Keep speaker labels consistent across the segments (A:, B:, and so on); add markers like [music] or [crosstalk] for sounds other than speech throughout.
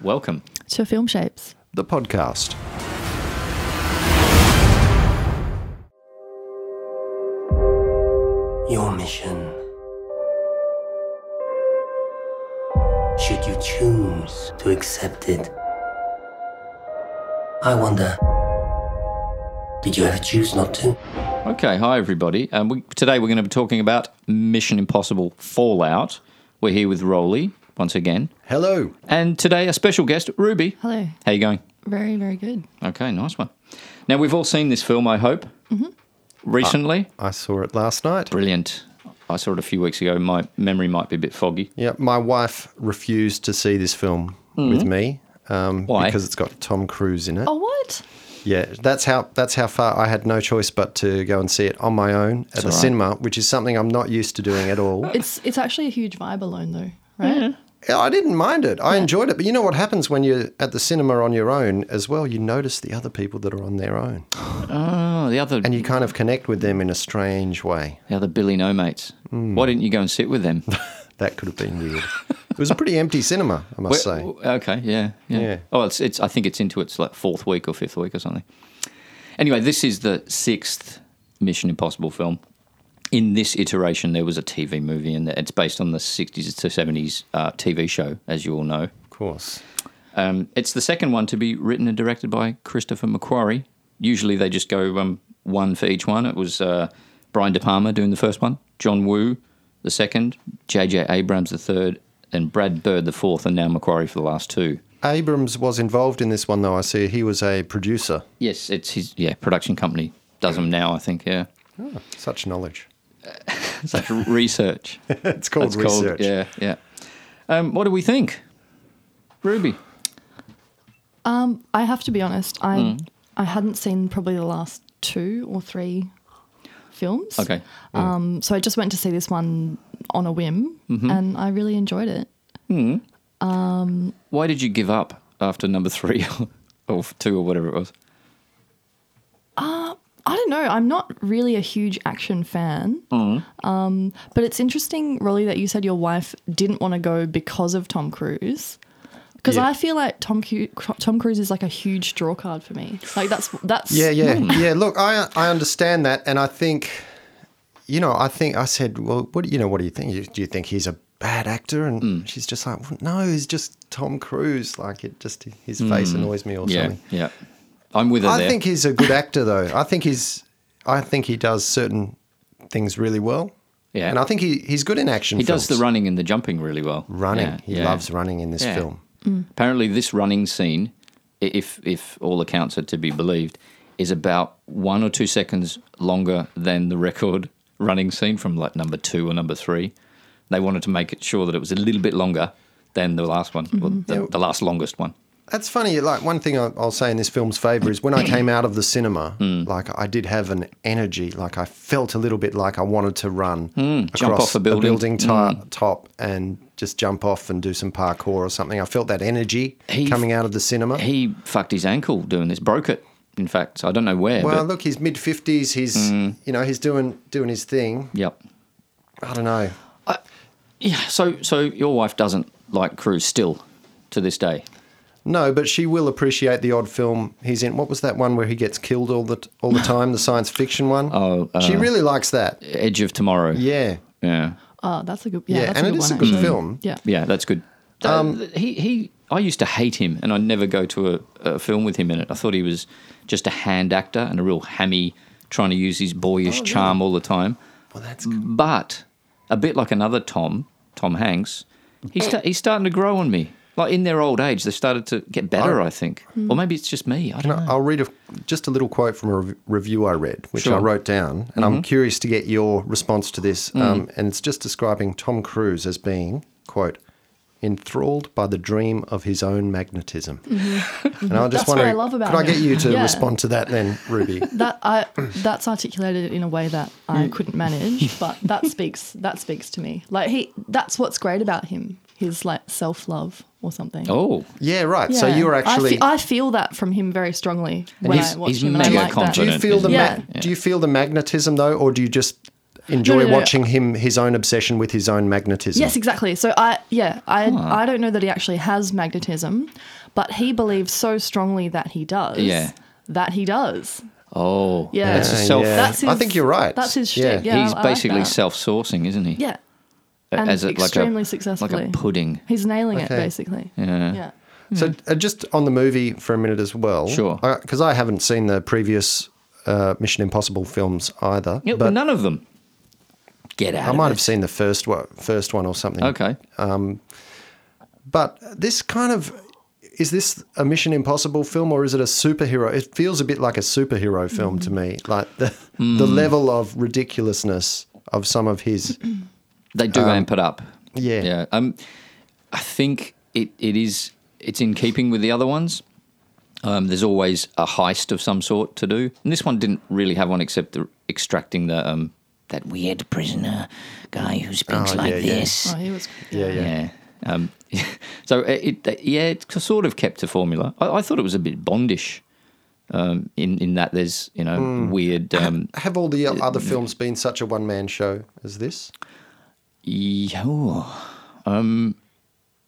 A: Welcome.
B: to Film Shapes.
C: the podcast.
D: Your mission. Should you choose to accept it? I wonder. Did you ever choose not to?
A: Okay, hi everybody. Um, we, today we're going to be talking about Mission Impossible Fallout. We're here with Rolly once again,
C: Hello.
A: and today a special guest, Ruby.
B: Hello.
A: How you going?
B: Very, very good.
A: Okay, nice one. Now we've all seen this film, I hope,
C: Mm-hmm.
A: recently. Ah.
C: I saw it last night.
A: Brilliant. I saw it a few weeks ago. My memory might be a bit foggy.
C: Yeah, my wife refused to see this film with me um,
A: Hmm. Why?
C: because it's got Tom Cruise in it.
B: Oh, what?
C: Yeah, that's how that's how far I had no choice but to go and see it on my own at the
A: all right.
C: cinema, which is something I'm not used to doing at all.
B: It's it's actually a huge vibe alone though, right?
C: Yeah, I didn't mind it. I enjoyed it. But you know what happens when you're at the cinema on your own as well? You notice the other people that are on their own
A: Oh, the other,
C: and you kind of connect with them in a strange way.
A: the other Billy No mates.
C: Hmm.
A: Why didn't you go and sit with them?
C: That could have been weird. it was a pretty empty cinema, I must
A: Where-
C: say.
A: Okay, yeah, yeah.
C: Yeah.
A: Oh, it's it's. I think it's into its like fourth week or fifth week or something. Anyway, this is the sixth Mission Impossible film. In this iteration, there was a TV movie, and it's based on the '60s to '70s uh, TV show, as you all know.
C: Of course.
A: Um, it's the second one to be written and directed by Christopher McQuarrie. Usually they just go um, one for each one. It was uh, Brian De Palma doing the first one, John Woo the second, J.J. Abrams the third, and Brad Bird the fourth, and now McQuarrie for the last two.
C: Abrams was involved in this one, though. I see he was a producer.
A: Yes, it's his yeah production company does them now. I think yeah,
C: Such knowledge. [laughs]
A: it's like research.
C: It's called
A: That's
C: research.
A: yeah, yeah. Um, what do we think, Ruby?
B: I have to be honest, I I hadn't seen probably the last two or three films.
A: Okay,
B: Um, so I just went to see this one on a whim and I really enjoyed it.
A: why did you give up after number three [laughs] or two or whatever it was?
B: I don't know. I'm not really a huge action fan.
C: Mm.
B: Um, but it's interesting, Rolly, that you said your wife didn't want to go because of Tom Cruise. Because
C: Yeah.
B: I feel like Tom, Cu- Tom Cruise is like a huge draw card for me. Like that's that's
C: Yeah, yeah,
A: Hmm.
C: yeah. Look, I I understand that, and I think, you know, I think I said, well, what do- you know, what do you think? You- Do you think he's a bad actor? And
A: Hmm.
C: she's just like, well, no, he's just Tom Cruise. Like it just his face annoys me or
A: Hmm. Yeah,
C: something.
A: yeah. I'm with her
C: I
A: there.
C: think he's a good actor, though. I think he's, I think he does certain things really well.
A: Yeah.
C: and I think he, he's good in action.
A: he does the
C: films.
A: running and the jumping really well.
C: running.
A: Yeah,
C: he
A: yeah.
C: loves running in this
A: Yeah.
C: film.
A: Apparently, this running scene, i- if if all accounts are to be believed, is about one or two seconds longer than the record [laughs] running scene from like number two or number three. They wanted to make it sure that it was a little bit longer than the last one, or the, the last longest one.
C: That's funny. Like one thing I- I'll say in this film's favor is when I came out of the
A: [clears throat]
C: cinema,
A: Hmm.
C: like I did have an energy. Like I felt a little bit like I wanted to run across
A: Hmm. jump off a building. Hmm.
C: ti- top and just jump off and do some parkour or something. I felt that energy
A: He-
C: coming out of the cinema.
A: He fucked his ankle doing this, broke it. In fact, I don't know where.
C: well,
A: but, Hmm.
C: look, he's mid fifties. He's you know he's doing doing his thing.
A: yep.
C: I don't know.
A: Yeah. So, so your wife doesn't like Cruise still to this day.
C: No, but she will appreciate the odd film he's in. What was that one where he gets killed all the t- all
A: [laughs]
C: the time? The science fiction one.
A: Oh, uh,
C: she really likes that.
A: Edge of Tomorrow.
C: Yeah.
A: Yeah.
B: Oh, that's a good yeah.
C: Yeah,
B: that's
C: and
B: a
C: it
B: good
C: is
B: one,
C: a good
B: actually.
C: film.
B: Yeah.
A: Yeah, that's good.
C: Um,
A: Uh, he he. I used to hate him, and I'd never go to a, a film with him in it. I thought he was just a hand actor and a real hammy, trying to use his boyish charm all the time.
C: Oh, Well, that's
A: But a bit like another Tom, Tom Hanks, he's sta- he's starting to grow on me. Like in their old age, they started to get better.
C: Oh.
A: I, think, or maybe it's just me. I don't
C: Can
A: know.
C: I, I'll read a, just a little quote from a rev- review I read, which I
A: Sure.
C: wrote down,
B: Mm-hmm.
C: and I'm curious to get your response to this.
B: Mm.
C: Um, and it's just describing Tom Cruise as being, quote, enthralled by the dream of his own magnetism.
B: Mm-hmm.
C: And I just
B: That's what
C: wonder,
B: I love about
C: could I
B: him.
C: get you to
B: Yeah.
C: respond to that then, Ruby? [laughs]
B: That I that's articulated in a way that
C: Mm.
B: I couldn't manage, but
C: [laughs]
B: that speaks that speaks to me. Like he that's what's great about him. His like self love or something.
A: Oh,
C: yeah, right. So
B: Yeah.
C: you were
B: I fe-
C: actually.
B: I, feel that from him very strongly when
A: he's-
B: I watch
A: he's
B: him. and I
A: mega
B: like that.
C: do you
A: confident,
C: feel the
A: isn't
B: he?
C: ma-
B: Yeah.
C: do you feel the magnetism though, or do you just enjoy
B: no, no, no.
C: watching him his own obsession with his own magnetism.
B: Yes, exactly. So I yeah, I I don't know that he actually has magnetism, but he believes so strongly that he does.
A: Yeah.
B: That he does.
A: Oh,
B: Yeah.
A: That's a
B: Yeah,
A: self.
C: yeah.
B: That's his,
C: I think you're right.
B: That's his
C: Yeah.
B: shtick. Yeah,
A: he's
B: I like
A: basically
B: that.
A: self-sourcing, isn't he?
B: Yeah.
A: A-
B: and
A: As a,
B: extremely
A: like a, like
B: successfully.
A: a pudding.
B: He's nailing it
C: Okay.
B: basically.
A: Yeah.
B: Yeah.
C: So uh, just on the movie for a minute as well.
A: Hmm. Sure.
C: Because I, haven't seen the previous uh, Mission Impossible films either.
A: Yeah,
C: but
A: but none of them. Get out.
C: I
A: of
C: might
A: it.
C: have seen the first one, first one or something.
A: Okay.
C: But this kind of is this a Mission Impossible film or is it a superhero? It feels a bit like a superhero film
A: Hmm.
C: to me. Like the the level of ridiculousness of some of his.
A: They do amp it up.
C: um, yeah.
A: Yeah. Um, I think it, it is it's in keeping with the other ones. Um, there's always a heist of some sort to do, and this one didn't really have one except the, extracting the um, that weird prisoner guy who speaks
C: Oh,
A: like
C: yeah, yeah.
A: this.
B: Oh, he was
C: Yeah, yeah.
A: Yeah. Um, [laughs] so it, it- yeah, it sort of kept a formula. I, I thought it was a bit Bondish, um, in in that there's you know weird. Um,
C: Have all the other films been such a one man show as this?
A: yeah, um,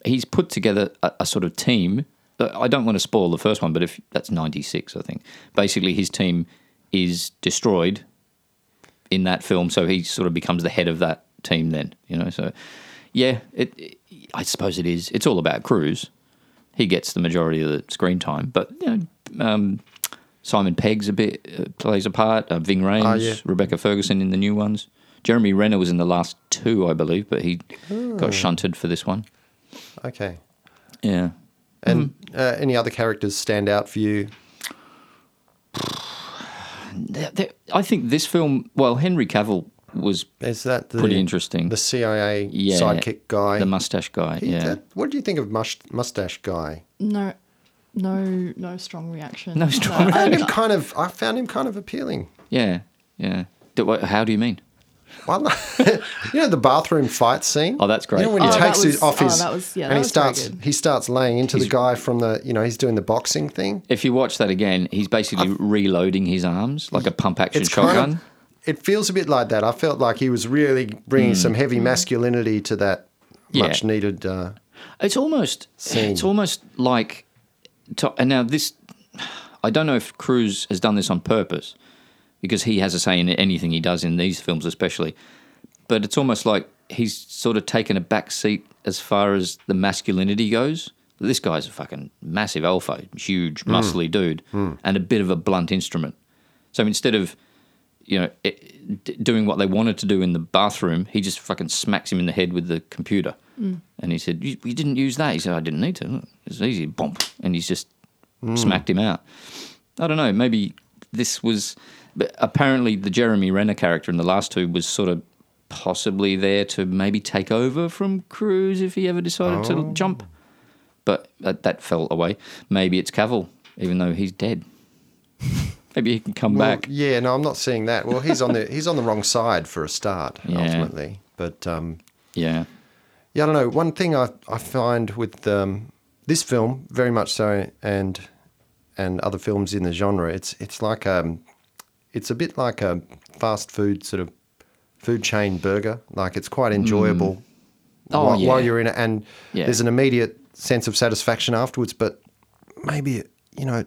A: he's put together a, a sort of team. Uh, I don't want to spoil the first one, but if that's ninety six, I think basically his team is destroyed in that film, so he sort of becomes the head of that team. Then you know, so yeah, it, it- I suppose it is. It's all about Cruz. He gets the majority of the screen time, but you know, um, Simon Pegg's a bit uh, plays a part. Uh, Ving Rhames,
C: yeah.
A: Rebecca Ferguson in the new ones. Jeremy Renner was in the last two, I believe, but he got shunted for this one.
C: Okay.
A: Yeah.
C: And uh, any other characters stand out for you?
A: There- there- I think this film, well, Henry Cavill was
C: Is that the,
A: Pretty interesting.
C: The CIA
A: yeah,
C: sidekick guy.
A: the mustache guy.
C: He-
A: yeah.
C: that- what do you think of mush, mustache guy?
B: no no no strong reaction.
A: No strong
C: I
B: I-
C: found him kind of. I found him kind of appealing.
A: Yeah. Yeah. Do, what, how do you mean?
C: Well, [laughs] you know the bathroom fight scene.
A: Oh, that's great.
C: You know when he
B: Oh, that
C: takes his
B: was-
C: off
B: oh,
C: his
B: that was- yeah,
C: and
B: that
C: he
B: was very
C: starts
B: good.
C: he starts laying into the guy from the you know he's doing the boxing thing.
A: If you watch that again, he's basically reloading his arms like a pump action
C: It's
A: shotgun.
C: kind of. It feels a bit like that. I felt like he was really bringing some heavy masculinity to that
A: Hmm. Yeah.
C: much needed. Uh,
A: It's almost
C: Scene.
A: it's almost like to, and now this I don't know if Cruz has done this on purpose because he has a say in anything he does in these films especially but it's almost like he's sort of taken a back seat as far as the masculinity goes this guy's a fucking massive alpha huge muscly dude and a bit of a blunt instrument so instead of you know it, d- doing what they wanted to do in the bathroom he just fucking smacks him in the head with the computer and he said you, you didn't use that he said i didn't need to Look, it's easy bomb and he's just smacked him out i don't know maybe this was but apparently the jeremy renner character in the last two was sort of possibly there to maybe take over from cruz if he ever decided to jump but that, that fell away maybe it's cavill even though he's dead maybe he can come
C: well,
A: back
C: yeah, no, I'm not seeing that. Well, he's on the he's on the wrong side for a start
A: [laughs] Yeah.
C: ultimately. But um,
A: yeah
C: Yeah, I don't know. One thing I, I find with um, this film, very much so, and and other films in the genre, it's it's like um, it's a bit like a fast food sort of food chain burger. Like it's quite enjoyable
A: Mm. Oh,
C: while,
A: yeah.
C: while you're in it, and
A: Yeah.
C: there's an immediate sense of satisfaction afterwards. But maybe you know,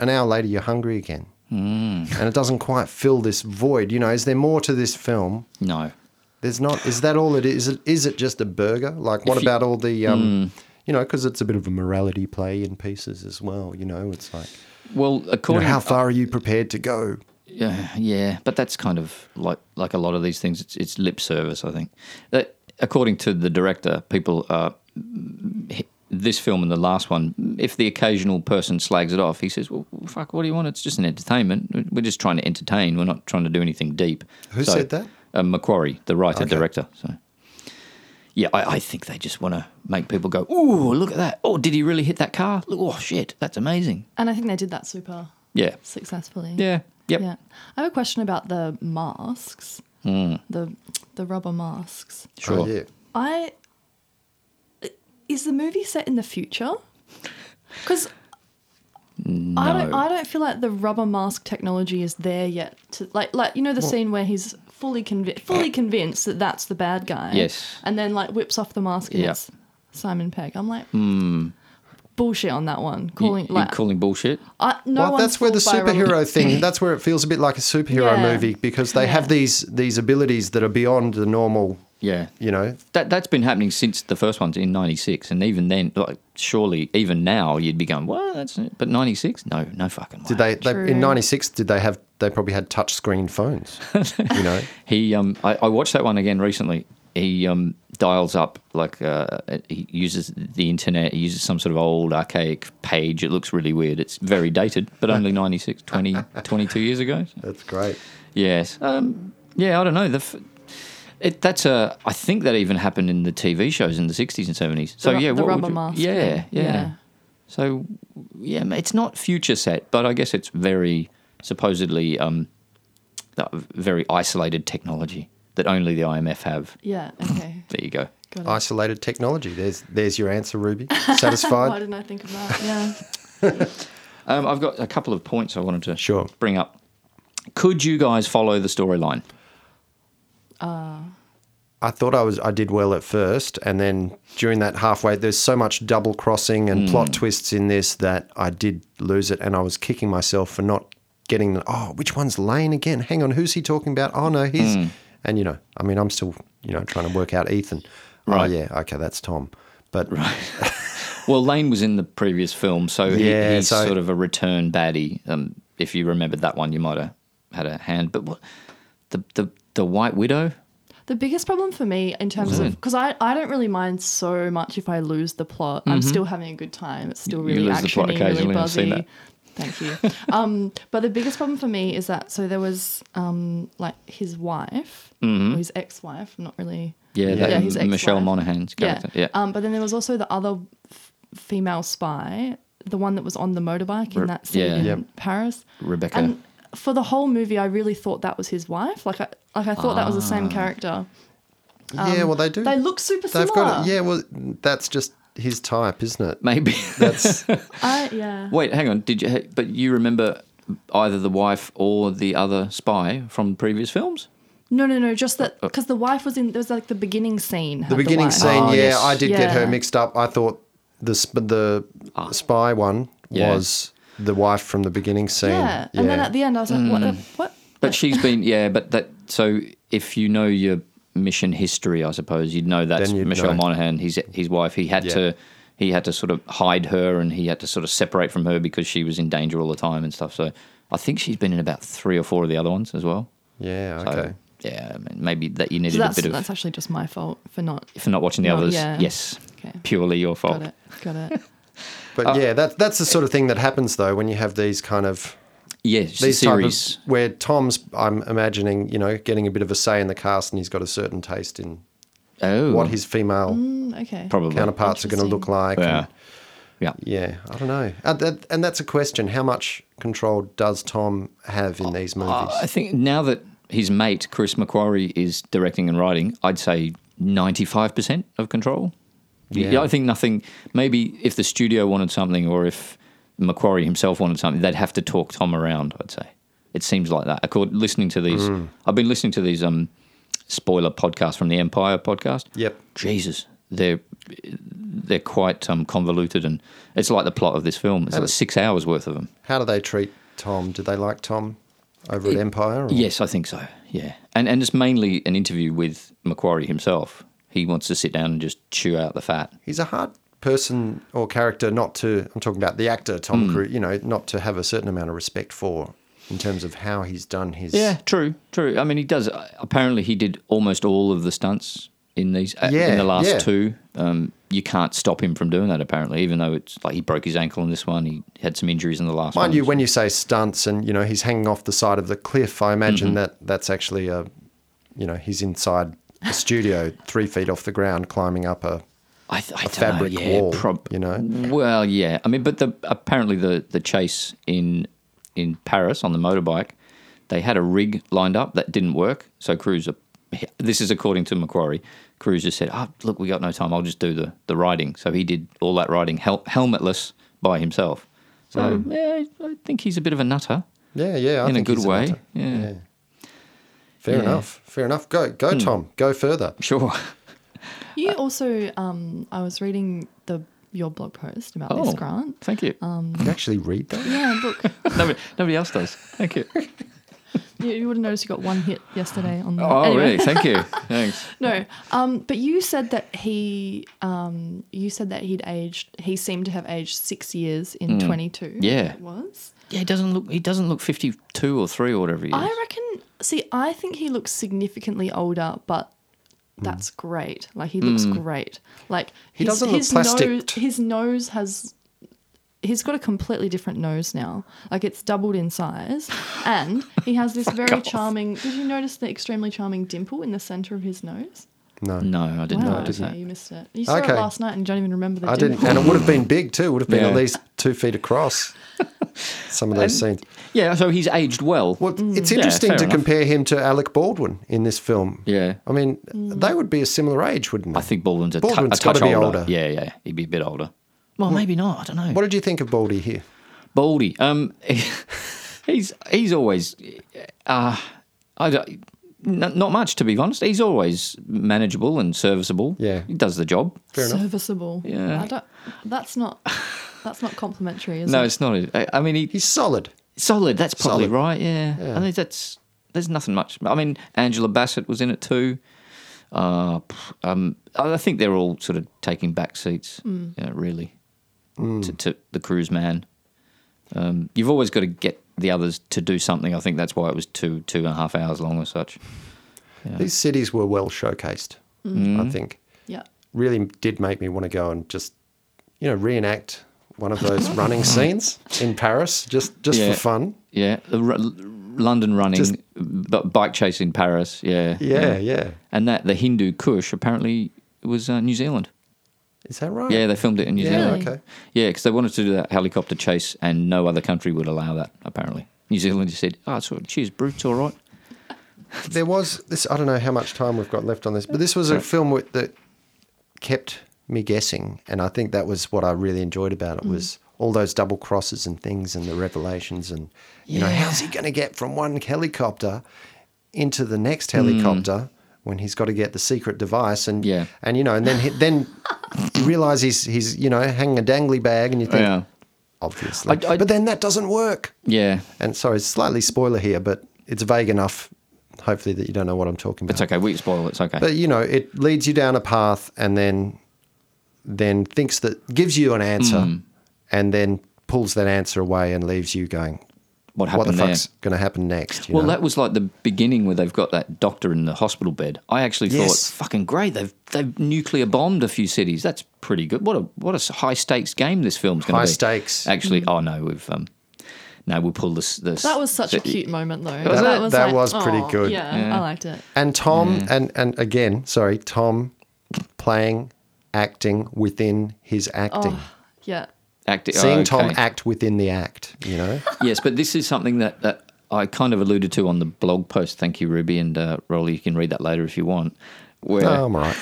C: an hour later you're hungry again,
A: Mm.
C: and it doesn't quite fill this void. You know, is there more to this film?
A: no
C: There's not. Is that all it is? Is it, is it just a burger? Like, what
A: If you- Hmm.
C: about all the, um, you know, because it's a bit of a morality play in pieces as well. You know, it's like,
A: well
C: you know,
A: according
C: how far are you prepared to go? Oh,
A: Yeah, yeah, but that's kind of like like a lot of these things. It's, it's lip service, I think. That, according to the director, people are this film and the last one. If the occasional person slags it off, he says, "Well, fuck, what do you want? It's just an entertainment. We're just trying to entertain. We're not trying to do anything deep."
C: Who said that?
A: Uh, Macquarie, the writer
C: Okay.
A: director. So. Yeah, I, I think they just want to make people go, "Ooh, look at that! Oh, did he really hit that car? Look, oh shit, that's amazing!"
B: and I think they did that super
A: Yeah,
B: successfully.
A: yeah, yep.
B: Yeah. I have a question about the masks.
C: Hmm.
B: The the rubber masks.
A: sure.
C: Oh, yeah.
B: I is the movie set in the future? Because I don't
A: No.
B: I don't feel like the rubber mask technology is there yet. To like like you know the scene where he's fully convi-
C: Uh.
B: fully convinced that that's the bad guy.
A: Yes.
B: And then like whips off the mask and
A: Yeah.
B: it's Simon Pegg. I'm like,
C: Hmm.
B: bullshit on that one. Calling
A: you,
B: like,
A: are calling bullshit.
B: I, no
C: well,
B: one's
C: that's where the
B: fooled by Robin-
C: superhero thing. That's where it feels a bit like a superhero
B: Yeah.
C: movie because they have
B: Yeah.
C: these these abilities that are beyond the normal.
A: Yeah.
C: You know,
A: That that's been happening since the first ones in '96, and even then, like surely even now you'd be going, "Well, that's it." but '96, no, no fucking way.
C: did they, they
B: True.
C: in '96? Did they have? They probably had touch
A: [laughs]
C: screen phones. you know,
A: He, um, I, I watched that one again recently. He um, dials up like uh, he uses the internet. He uses some sort of old archaic page. It looks really weird. It's very dated, but
C: [laughs]
A: only 96, 20, 22 years ago.
C: that's great.
A: Yes. Um, yeah, I don't know. The f- it, that's a. I think that even happened in the TV shows in the sixties and seventies. So
B: ru-
A: yeah,
B: the
A: what would
B: rubber
A: you-
B: mask
A: Yeah,
B: thing.
A: yeah,
B: Yeah.
A: So yeah, ma- it's not future set, but I guess it's very supposedly um, uh, very isolated technology that only the IMF have.
B: Yeah. Okay.
A: There you go.
B: Got it.
C: Isolated technology. There's there's your
B: [laughs]
C: answer, Ruby.
B: Why
C: Satisfied?
B: didn't I think of that? Yeah.
A: Um, I've got a couple of points I wanted to
C: Sure.
A: bring up. Could you guys follow the storyline?
C: I thought I was I did well at first, and then during that halfway, there's so much double crossing and plot twists in this that I did lose it, and I was kicking myself for not getting. The, oh, which one's Lane again? Hang on, who's he talking about? Oh no, he's and you know, I mean, I'm still you know trying to work out Ethan.
A: Right.
C: Oh yeah, okay, that's Tom. But
A: Well, Lane was in the previous film, so he,
C: Yeah,
A: he's
C: so-
A: sort of a return baddie. Um, if you remembered that one, you might have had a hand. But what the the the White Widow?
B: The biggest problem for me in terms
A: Mm-hmm.
B: of because I, I don't really mind so much if I lose the plot. I'm still having a good time. It's still
A: Mm-hmm. You
B: really
A: lose the plot
B: actiony, really
A: occasionally, I've seen
B: buzzy. Thank you. um, but the biggest problem for me is that so there was um, like his wife or his ex-wife. I'm not really
A: Mm-hmm. Yeah, that,
B: Yeah, his ex-wife.
A: Michelle Monaghan's character. Yeah,
B: Um, but then there was also the other f- female spy, the one that was on the motorbike in
A: Re-
B: that scene
A: yeah.
B: in
A: Yep.
B: Paris.
A: Rebecca.
B: And for the whole movie, I really thought that was his wife. Like I, like I thought that was the
A: Ah.
B: same character.
C: yeah, well they do.
B: They look super
C: They've
B: similar.
C: got it. Yeah, well that's just his type, isn't it?
A: maybe. That's
B: I, yeah.
A: [laughs] wait. Hang on. Did you? But you remember either the wife or the other spy from previous films?
B: No, no, no. Just that
A: Uh,
B: because the wife was in. There was like the beginning scene. had
C: The beginning
B: wife.
C: scene,
A: Oh,
C: yeah,
A: yes.
C: I did get her
B: Yeah.
C: mixed up. I thought the sp- the spy one
A: Oh. Yeah.
C: was the wife from the beginning scene.
B: Yeah. And then at the end, I was like, what? The, what?
A: Mm. But she's
C: [laughs]
A: been yeah. But that so if you know your mission history, I suppose you'd know that's
C: Then you'd
A: Michelle
C: know.
A: Monaghan. His his wife. He had
C: Yeah.
A: to he had to sort of hide her and he had to sort of separate from her because she was in danger all the time and stuff. So I think she's been in about three or four of the other ones as well.
C: yeah,
A: So, uh,
C: okay.
A: yeah, I mean, maybe that you
B: So
A: needed a
B: that's
A: bit of
B: that's actually just my fault for not.
A: for not watching the
B: Not-
A: others.
B: yeah.
A: Yes,
B: Okay.
A: purely your fault.
B: Got it. Got
A: [laughs]
B: it.
C: But yeah, that that's the sort of thing that happens though when you have these kind of
A: Yes,
C: these type of-
A: series.
C: where Tom's I'm imagining, you know, getting a bit of a say in the cast and he's got a certain taste in
A: oh,
C: what his female
B: Mm, okay.
A: probably
C: counterparts are going to look
B: Interesting.
C: like.
A: Yeah.
C: and-
A: Yeah.
C: yeah, I don't know. And, that, and that's a question, how much control does Tom have in these movies?
A: Uh, I think now that his mate Chris McQuarrie is directing and writing, I'd say ninety-five percent of control. Yeah.
C: Yeah.
A: I think nothing. Maybe if the studio wanted something, or if Macquarie himself wanted something, they'd have to talk Tom around. I'd say it seems like that. Accord listening to these,
C: Mm.
A: I've been listening to these um, spoiler podcasts from the Empire podcast.
C: Yep.
A: Jesus, they're they're quite um, convoluted, and it's like the plot of this film. It's like six hours worth of them.
C: How do they treat Tom? Do they like Tom over at Empire? Or?
A: Yes, I think so. Yeah, and and it's mainly an interview with Macquarie himself. He wants to sit down and just chew out the fat.
C: He's a hard person or character not to, I'm talking about the actor,
A: Mm.
C: Tom Cruise, you know, not to have a certain amount of respect for in terms of how he's done his.
A: Yeah, true, true. I mean, he does. Apparently, he did almost all of the stunts in these uh,
C: Yeah,
A: in the last
C: yeah.
A: two. Um, you can't stop him from doing that. Apparently, even though it's like he broke his ankle in this one, he had some injuries in the last one.
C: Mind you, when you say stunts and, you know, he's hanging off the side of the cliff, I
A: Mm-hmm.
C: imagine that that's actually a, you know, he's inside a studio three feet off the ground climbing up a.
A: I, th- I don't
C: fabric
A: know, yeah,
C: wall,
A: prob-
C: you know?
A: Well, yeah. I mean, but the apparently the the chase in in Paris on the motorbike, they had a rig lined up that didn't work. So Cruz, this is according to Macquarie, Cruz just said, "Ah, look, we got no time. I'll just do the the riding." So he did all that riding hel- helmetless by himself. So yeah, I think he's a bit of a nutter
C: Yeah, yeah. Hmm.
A: in
C: I
A: a
C: think
A: good
C: he's
A: way.
C: nutter.
A: yeah.
C: Fair
A: Yeah. Hmm.
C: enough. Fair enough. Go, go, Tom. Go further.
A: Sure.
B: You also, um, I was reading the your blog post about
A: Oh,
B: this grant.
A: Thank you.
C: You can actually read that.
B: Yeah, look,
A: nobody, nobody else does. Thank you.
B: you, you would have noticed you got one hit yesterday on the.
A: Oh,
B: anyway.
A: really? Thank you. Thanks.
B: No, um, but you said that he, um, you said that he'd aged. He seemed to have aged six years in twenty-two.
A: Hmm. Yeah.
B: it was.
A: Yeah, he doesn't look. He doesn't look fifty-two or three or whatever he is.
B: I reckon. See, I think he looks significantly older, but that's great. Like he looks great. Like
C: Mm. He doesn't look
B: Nose,
C: plastic.
B: his nose has. He's got a completely different nose now. Like it's doubled in
C: [laughs]
B: size, and he has
C: Oh
B: this very
A: off.
B: charming. Did you notice the extremely charming dimple in the center of his nose?
C: No,
A: no, I didn't
B: wow,
A: know. it was
B: okay,
A: that.
B: you missed it. You saw
C: Okay.
B: it last night and you don't even remember the
C: I didn't.
B: dimple.
C: And it would have been big too. It would have been
A: Yeah.
C: at least two feet across. Some of those scenes.
A: Yeah, so he's aged well.
C: Well, it's interesting
A: Mm. fair
C: to
A: enough.
C: compare him to Alec Baldwin in this film.
A: Yeah. Mm.
C: I mean, they would be a similar age, wouldn't they?
A: I think Baldwin's a,
C: Baldwin's
A: tu- a touch
C: gotta be
A: older.
C: older.
A: Yeah, yeah, he'd be a bit older. Well, maybe not. I don't know.
C: What did you think of Baldy here?
A: Baldy. Um, [laughs] he's he's always, uh, I don't, n- not much to be honest. He's always manageable and serviceable.
C: Yeah.
A: he does the job.
C: Fair enough.
B: serviceable.
A: Yeah.
B: I don't, that's not. That's not complimentary, is
A: No,
B: it?
A: it's not. I, I mean, he,
C: He's solid.
A: solid. That's probably
C: Solid.
A: right. Yeah. I think that's there's nothing much. I mean, Angela Bassett was in it too. Uh, pff, um, I think they're all sort of taking back seats, yeah, really,
C: Mm.
A: to, to the cruise man. Um, you've always got to get the others to do something. I think that's why it was two two and a half hours long or such.
C: These cities were well showcased.
A: Mm.
C: I think
B: Yeah.
C: really did make me want to go and just, you know, reenact one of those
A: [laughs]
C: running scenes in Paris just just
A: Yeah.
C: for fun.
A: Yeah, the r- London running,
C: Just-
A: b- bike chase in Paris. Yeah,
C: Yeah, yeah.
A: And that the Hindu Kush apparently was uh, New Zealand.
C: Is that right?
A: Yeah, they filmed it in New
C: Yeah,
A: Zealand.
C: okay.
A: Yeah, because they wanted to do that helicopter chase, and no other country would allow that. Apparently, New Zealand just said, "Oh, it's all, cheers, brutes, all right."
C: there was this. I don't know how much time we've got left on this, but this was a film with, that kept me guessing, and I think that was what I really enjoyed about it
A: Mm.
C: was all those double crosses and things and the revelations and you know how's he going to get from one helicopter into the next helicopter when he's got to get the secret device and
A: Mm. Yeah.
C: and you know and then he- then you realize he's he's you know hanging a dangly bag and you think
A: Yeah,
C: obviously
A: I- I-
C: but then that doesn't work
A: yeah.
C: and sorry, it's slightly spoiler here, but it's vague enough, hopefully, that you don't know what I'm talking
A: It's
C: about.
A: okay. We can spoil. it, It's okay.
C: But you know, it leads you down a path and then then thinks that gives you an answer
A: Hmm.
C: and then pulls that answer away and leaves you going,
A: What
C: What the
A: happened there?
C: fuck's gonna happen next? You
A: well,
C: know?
A: that was like the beginning where they've got that doctor in the hospital bed. I actually
C: Yes.
A: thought, "Fucking great! They've they've nuclear bombed a few cities. That's pretty good. What a what a high stakes game this film's going to be.
C: High stakes.
A: Actually, oh no, we've um, no, we'll pull this. this
B: Mm. That was such a
A: the-
B: cute moment, though.
C: That- that was pretty
B: "Aw,
C: good."
B: Yeah, I liked it.
C: and Tom
A: Hmm.
C: and, and again, sorry, Tom playing acting within his acting.
B: Oh, Yeah.
A: acti- oh,
C: Seeing Tom
A: okay.
C: act within the act, you know?
A: yes, but this is something that, that I kind of alluded to on the blog post. Thank you, Ruby and uh, Rolly. You can read that later if you want. Where
C: No, I'm all right.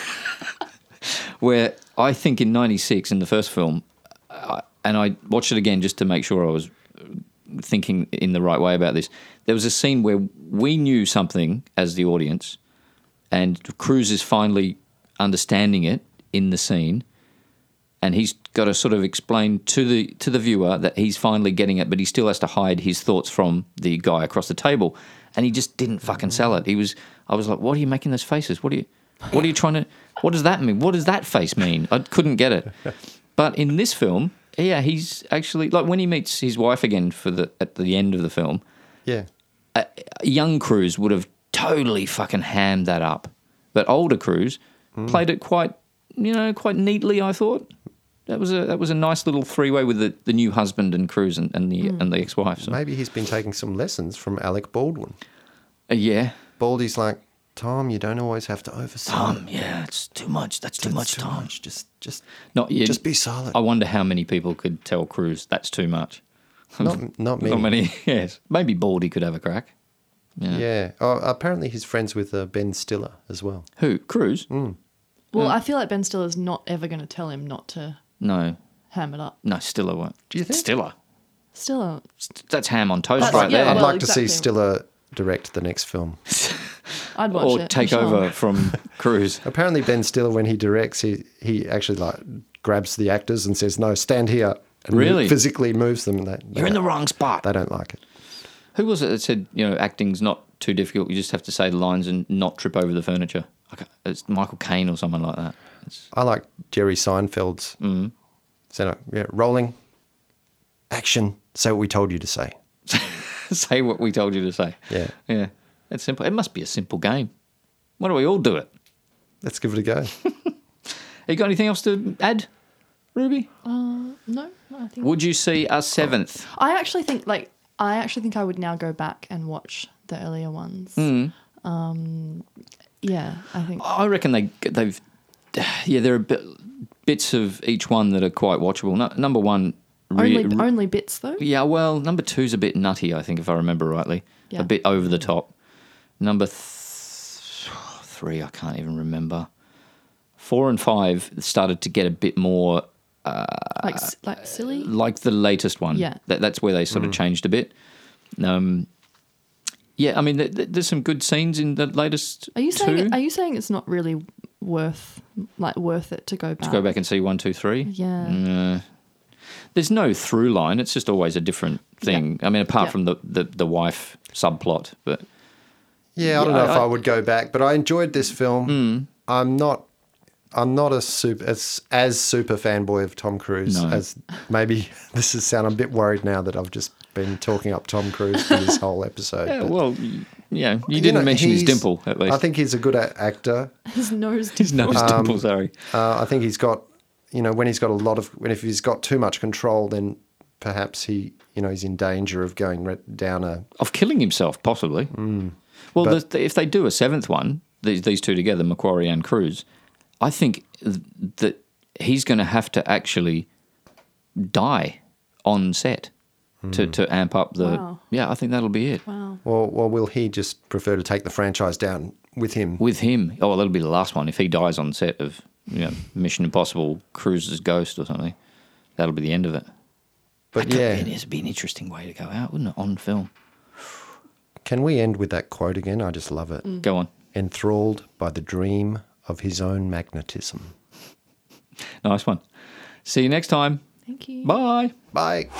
A: where I think in '96 in the first film, I, and I watched it again just to make sure I was thinking in the right way about this. There was a scene where we knew something as the audience, and Cruz is finally understanding it in the scene, and he's got to sort of explain to the to the viewer that he's finally getting it, but he still has to hide his thoughts from the guy across the table, and he just didn't fucking sell it. He was, I was like, what are you making those faces? What are you, what are you trying to? What does that mean? What does that face mean? I couldn't get it. But in this film, yeah, he's actually like when he meets his wife again for the at the end of the film,
C: Yeah.
A: a, a young Cruz would have totally fucking hammed that up, but older Cruz
C: Hmm.
A: played it quite, you know, quite neatly. I thought that was a that was a nice little three way with the, the new husband and Cruz and, and the
B: Hmm.
A: and the ex wife. So
C: Maybe he's been taking some lessons from Alec Baldwin.
A: Uh, yeah,
C: Baldy's like, Tom, you don't always have to oversee.
A: Tom, yeah, it's too much. That's too
C: It's
A: much,
C: too
A: Tom.
C: much. Just, just,
A: [laughs] Not yet.
C: just be silent.
A: I wonder how many people could tell Cruz that's too much.
C: not, not me.
A: Not many. [laughs] Yes, maybe Baldy could have a crack.
C: Yeah. Oh, apparently, he's friends with uh, Ben Stiller as well.
A: Who Cruz?
C: Hmm.
B: Well, I feel like Ben Stiller's not ever going to tell him not to
A: No,
B: ham it up. uh,
A: no, Stiller won't.
C: Do you think?
A: Stiller?
B: Stiller,
A: St- That's ham on toast
B: That's-
A: right
B: yeah,
A: there.
C: I'd
B: well,
C: like to see
B: exactly.
C: Stiller direct the next film.
B: I'd watch
A: or
B: it,
A: take
B: for sure. [laughs]
A: over from Cruise.
C: Apparently, Ben Stiller, when he directs, he he actually like grabs the actors and says, "No, stand here." And
A: Really?
C: physically moves them. And they,
A: You're in the wrong spot.
C: They don't like it.
A: Who was it that said you know acting's not too difficult? You just have to say the lines and not trip over the furniture. I ca- It's Michael Caine or someone like that. [laughs] It's,
C: I like Jerry Seinfeld's.
A: Mm-hmm.
C: Mm. So no, yeah, rolling, action. Say what we told you to say.
A: say what we told you to say.
C: Yeah.
A: yeah. It's simple. It must be a simple game. Why do we all do it?
C: Let's give it a go.
A: You got anything else to add, Ruby?
B: No, I think
A: Would you see a seventh?
B: I actually think like I actually think I would now go back and watch the earlier ones.
A: Hmm.
B: Um, yeah, I think
A: I reckon they they've yeah there are bit, bits of each one that are quite watchable. No, number one, re-
B: only only bits though.
A: yeah, well, number two's a bit nutty. I think if I remember rightly,
B: Yeah.
A: a bit over the top. Number th- three, I can't even remember. Four and five started to get a bit more
B: Like
A: uh,
B: s like silly.
A: like the latest one.
B: Yeah.
A: that, that's where they sort of changed a bit. Um, yeah, I mean, th- th- there's some good scenes in the latest.
B: Are you
A: two.
B: saying are you saying it's not really worth like worth it to go back?
A: go back Hmm. and see one, two, three.
B: Yeah.
A: Nah. there's no through line. It's just always a different thing. I mean, apart
B: Yeah.
A: from the, the the wife subplot, but
C: Yeah, I don't
A: Yeah,
C: know if
A: I- Hmm.
C: I, would go back, but I enjoyed this film. I'm not. I'm not a super as, as super fanboy of Tom Cruise
A: No.
C: as maybe [laughs] this is sound. I'm a bit worried now that I've just been talking up Tom Cruise for this whole
A: [laughs]
C: episode.
A: yeah,
C: but,
A: well, y- yeah, you,
C: you
A: didn't
C: know,
A: mention his
C: he's-
A: dimple at least.
C: I think Um, he's a good a- actor.
B: [laughs] His nose.
A: [laughs] his
B: dimple.
A: nose dimple. Sorry,
C: Uh, I think he's got, you know, when he's got a lot of, when if he's got too much control, then perhaps he, you know, he's in danger of going re- down a.
A: of killing himself possibly. well,
C: Hmm. but-
A: the, if they do a seventh one, these these two together, Macquarie and Cruz, I think th- that he's going to have to actually die on set.
C: Hmm.
A: To, to amp up the
B: Wow.
A: yeah, I think that'll be it.
B: Wow.
C: Well, well, will he just prefer to take the franchise down with him?
A: with him. Oh, well, that'll be the last one. If he dies on set of you know, Mission Impossible, Cruise's Ghost or something, that'll be the end of it.
C: But
A: Could-
C: yeah,
A: it'd be an interesting way to go out, wouldn't it? On film.
C: Can we end with that quote again? I just love it.
A: Go on.
C: Enthralled by the dream of his own magnetism.
A: Nice one. See you next time.
B: Thank you.
A: Bye.
C: Bye.